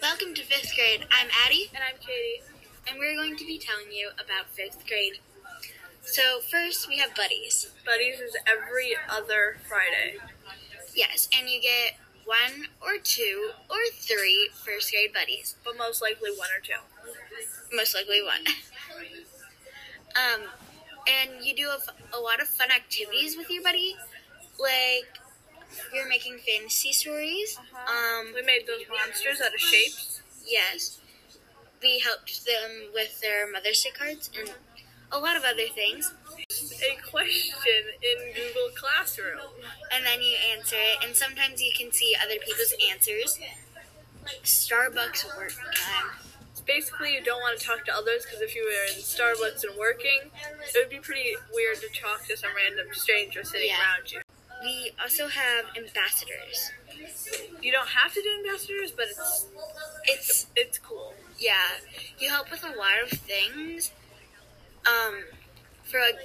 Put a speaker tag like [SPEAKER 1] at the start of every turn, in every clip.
[SPEAKER 1] Welcome to fifth grade. I'm Addie,
[SPEAKER 2] And I'm Katie.
[SPEAKER 1] and we're going to be telling you about fifth grade. So, first, we have buddies.
[SPEAKER 2] Buddies is every other Friday.
[SPEAKER 1] Yes, and you get one or two or three first grade buddies.
[SPEAKER 2] but most likely one or two.
[SPEAKER 1] Most likely one. um, and you do a, f- a lot of fun activities with your buddy, like you're making fantasy stories. Um,
[SPEAKER 2] We made those monsters out of shapes.
[SPEAKER 1] Yes. We helped them with their Mother's Day cards and a lot of other things.
[SPEAKER 2] A question in Google Classroom.
[SPEAKER 1] And then you answer it, and sometimes you can see other people's answers. Starbucks work time.
[SPEAKER 2] It's basically you don't want to talk to others because if you were in Starbucks and working, it would be pretty weird to talk to some random stranger sitting
[SPEAKER 1] Yeah.
[SPEAKER 2] around you.
[SPEAKER 1] We also have ambassadors.
[SPEAKER 2] You don't have to do ambassadors, but it's
[SPEAKER 1] It's,
[SPEAKER 2] it's cool.
[SPEAKER 1] yeah, you help with a lot of things. Um, for like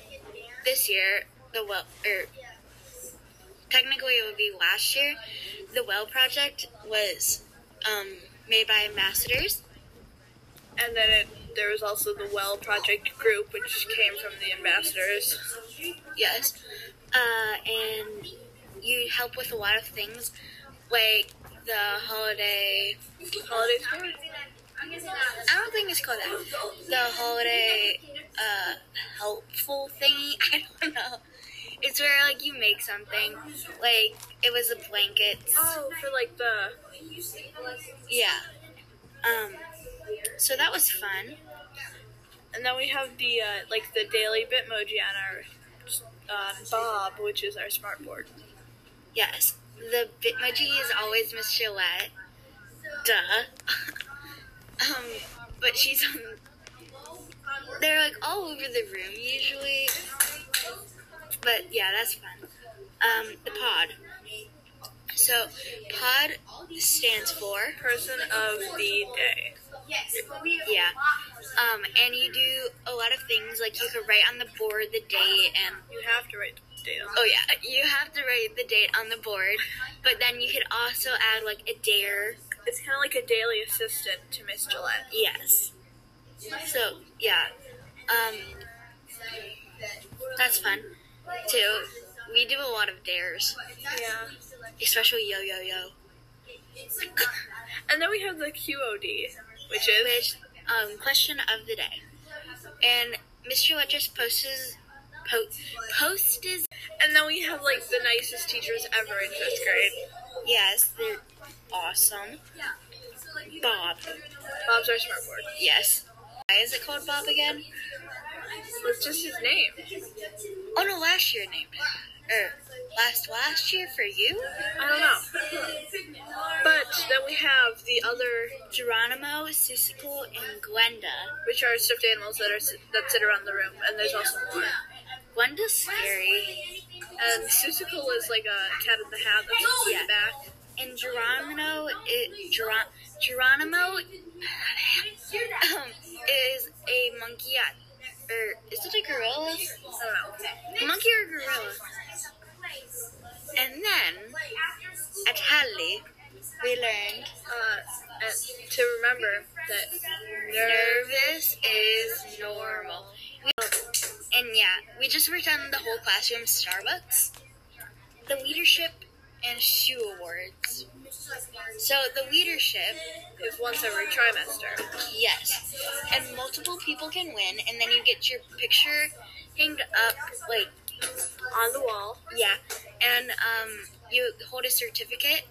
[SPEAKER 1] this year, the well, or technically it would be last year, the well project was um, made by ambassadors.
[SPEAKER 2] And then it, there was also the Well Project group, which came from the ambassadors.
[SPEAKER 1] Yes. Uh, and you help with a lot of things, like the holiday.
[SPEAKER 2] Holiday store.
[SPEAKER 1] I don't think it's called that. The holiday uh, helpful thingy. I don't know. It's where like you make something. Like it was the blankets.
[SPEAKER 2] Oh, for like the
[SPEAKER 1] Yeah. Um. So that was fun.
[SPEAKER 2] And then we have the uh, like the daily Bitmoji on our um, Bob, which is our smart board.
[SPEAKER 1] Yes. The Bitmoji is always Miss Gillette. Duh. um, but she's on. They're like all over the room usually. But yeah, that's fun. Um, the pod. So, pod stands for
[SPEAKER 2] Person of the day.
[SPEAKER 1] yeah. Um, and you do a lot of things like you could write on the board the date and
[SPEAKER 2] You have to write the date. on
[SPEAKER 1] Oh yeah, you have to write the date on the board, but then you could also add like a dare.
[SPEAKER 2] It's kind of like a daily assistant to Miss Gillette.
[SPEAKER 1] Yes. So yeah, um, that's fun too. We do a lot of dares,
[SPEAKER 2] Yeah.
[SPEAKER 1] especially yo yo yo,
[SPEAKER 2] And then we have the QOD, which is
[SPEAKER 1] which um question of the day, and Mr. What just posts po- posts
[SPEAKER 2] and then we have like the nicest teachers ever in fifth grade.
[SPEAKER 1] yes they're awesome. Bob,
[SPEAKER 2] Bob's our smart board.
[SPEAKER 1] yes. Why is it called Bob again?
[SPEAKER 2] It's just his name.
[SPEAKER 1] Oh no, last year named it. Or last last year for you?
[SPEAKER 2] I don't know. But then we have the other,
[SPEAKER 1] Geronimo, Susicle, and Glenda.
[SPEAKER 2] which are stuffed animals that are s- that sit around the room, and there's also more.
[SPEAKER 1] Glenda's scary.
[SPEAKER 2] And Susicle is Um, like a cat in the hat that sits in the back.
[SPEAKER 1] And Geronimo it Geron- Geronimo um, is a monkey at or is it a gorilla?
[SPEAKER 2] I don't know.
[SPEAKER 1] Monkey or gorilla? And then at Hadley we learned
[SPEAKER 2] Uh, and to remember that nerve.
[SPEAKER 1] nervous is normal. And yeah, we just worked on the whole classroom Starbucks, the leadership, and shoe awards. So the leadership,
[SPEAKER 2] is once every trimester.
[SPEAKER 1] yes, and multiple people can win, and then you get your picture hanged up, like
[SPEAKER 2] On the wall.
[SPEAKER 1] yeah, and um, you hold a certificate.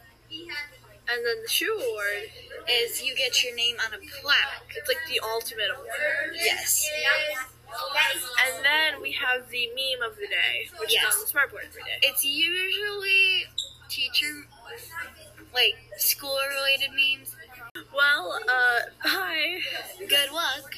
[SPEAKER 2] And then the shoe award,
[SPEAKER 1] Is you get your name on a plaque.
[SPEAKER 2] it's like the ultimate award.
[SPEAKER 1] Yes.
[SPEAKER 2] And then we have the meme of the day, which
[SPEAKER 1] Yes.
[SPEAKER 2] is on the smart board every day.
[SPEAKER 1] It's usually teacher, like school related memes.
[SPEAKER 2] Well, uh, bye.
[SPEAKER 1] Good luck.